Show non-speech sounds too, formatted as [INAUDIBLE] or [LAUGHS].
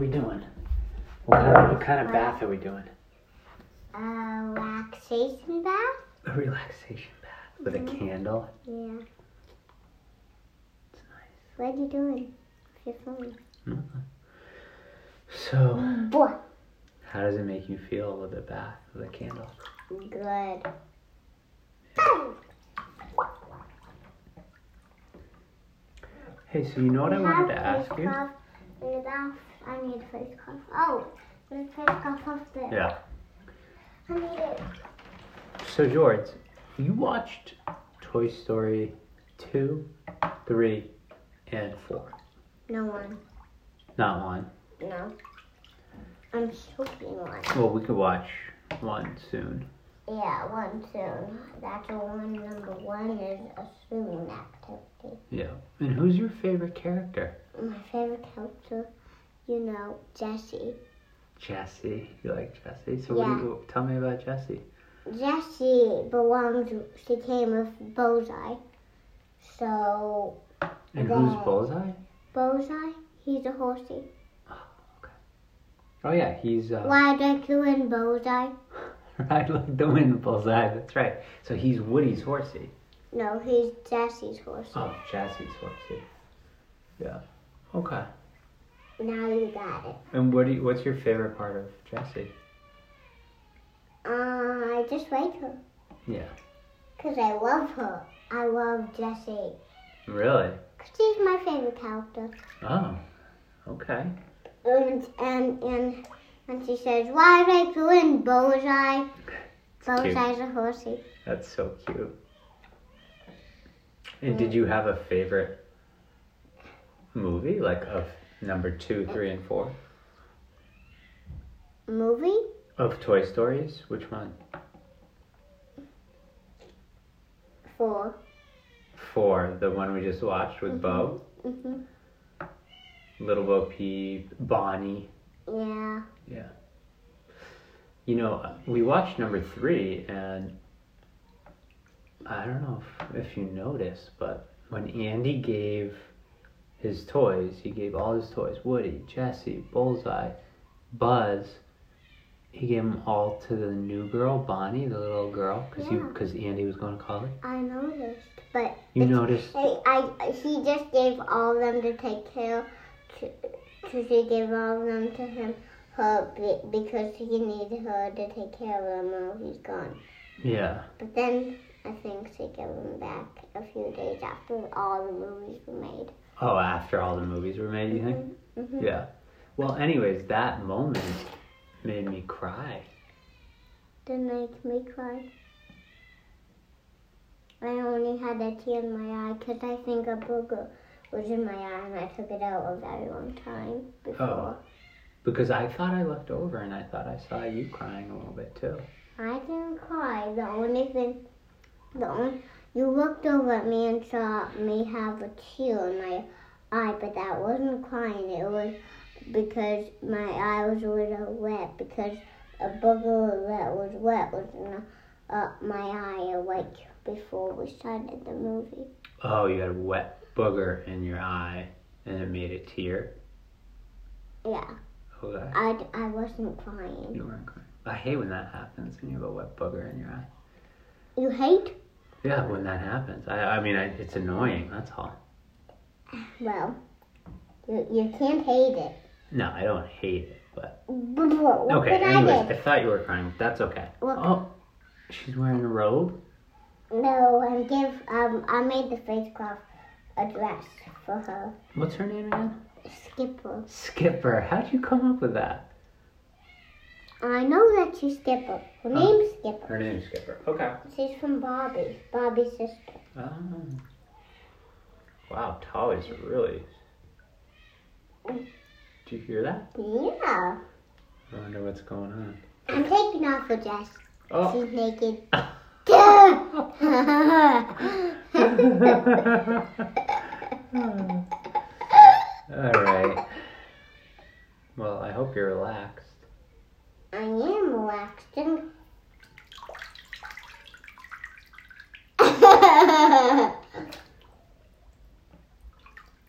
we doing? What kind of, what kind of bath are we doing? A Uh, relaxation bath? A relaxation bath with a Mhm. candle. Yeah. It's nice. What are you doing? with Your phone. So, Boy. how does it make you feel with the bath with a candle? Good. Hey, so you know what I wanted to ask face you? Cough in the bath. I need a face cough. Oh, there's a face cough up there. Yeah. I need it. So George, you watched Toy Story two, three, and four. No one. Not one. No. I'm choking one. Well, we could watch one soon. Yeah, one soon. That's a one. Number one is a swimming activity. Yeah. And who's your favorite character? My favorite character, you know, Jesse. Jesse. You like Jesse? So what do you, tell me about Jesse. Jesse belongs. She came with Bullseye. So And Yeah. who's Bullseye? Bullseye, he's a horsey. Oh yeah, he's uh, Why Dracula and Bullseye? [LAUGHS] I like the wind Bullseye. That's right. So he's Woody's horsey. No, he's Jesse's horsey. Oh, Jesse's horsey. Yeah. Okay. Now you got it. And what do you, what's your favorite part of Jesse? Uh, I just like her. Yeah. Because I love her. I love Jessie. Really? 'Cause she's my favorite character. Oh. Okay. And, and, and, and she says, Why Dracula and Bullseye? Bullseye's a horsey. That's so cute. And did you have a favorite movie, like of number two, three, and four Movie? of Toy Stories? Which one? Four. Four, the one we just watched with Bo, hmm Little Bo Peep, Bonnie. Yeah. You know, we watched number three, and I don't know if, if you noticed, but when Andy gave his toys, he gave all his toys Woody, Jesse, Bullseye, Buzz. He gave them all to the new girl, Bonnie, the little girl, because Yeah. because Andy was going to college. I noticed. But You it's- noticed? Hey, I, he just gave all of them to take care to, to she gave all of them to him her be- because he needed her to take care of him while he's gone. Yeah. But then I think she gave them back a few days after all the movies were made. Oh, after all the movies were made, you think? Mhm. Yeah. Well, anyways, that moment made me cry. Didn't make me cry. I only had a tear in my eye because I think a booger was in my eye and I took it out a very long time before. Because I thought I looked over and I thought I saw you crying a little bit too. I didn't cry. The only thing, the only, you looked over at me and saw me have a tear in my eye, but that wasn't crying. It was because my eye was a little wet because a booger that was wet was in uh, my eye awake before we started the movie. Oh, you had a wet booger in your eye and it made a tear. Yeah, Okay. I, d- I wasn't crying. You weren't crying. I hate when that happens when you have a wet booger in your eye. You hate? Yeah, when that happens. I, I mean, I, it's annoying, that's all. Well, you, you can't hate it. No, I don't hate it, but. But what okay, could I anyways, do? I thought you were crying. That's okay. What- Oh, she's wearing a robe? No, I give um I made the face cloth a dress for her. What's her name again? Skipper. Skipper. How'd you come up with that? I know that she's Skipper. Her name's Skipper. Her name's Skipper. Okay. She's from Bobby. Bobby's sister. Oh. Wow, Tolly's really. Do you hear that? Yeah. I wonder what's going on. I'm taking off her dress. Oh. She's naked. [LAUGHS] [LAUGHS] All right. Well, I hope you're relaxed. [LAUGHS]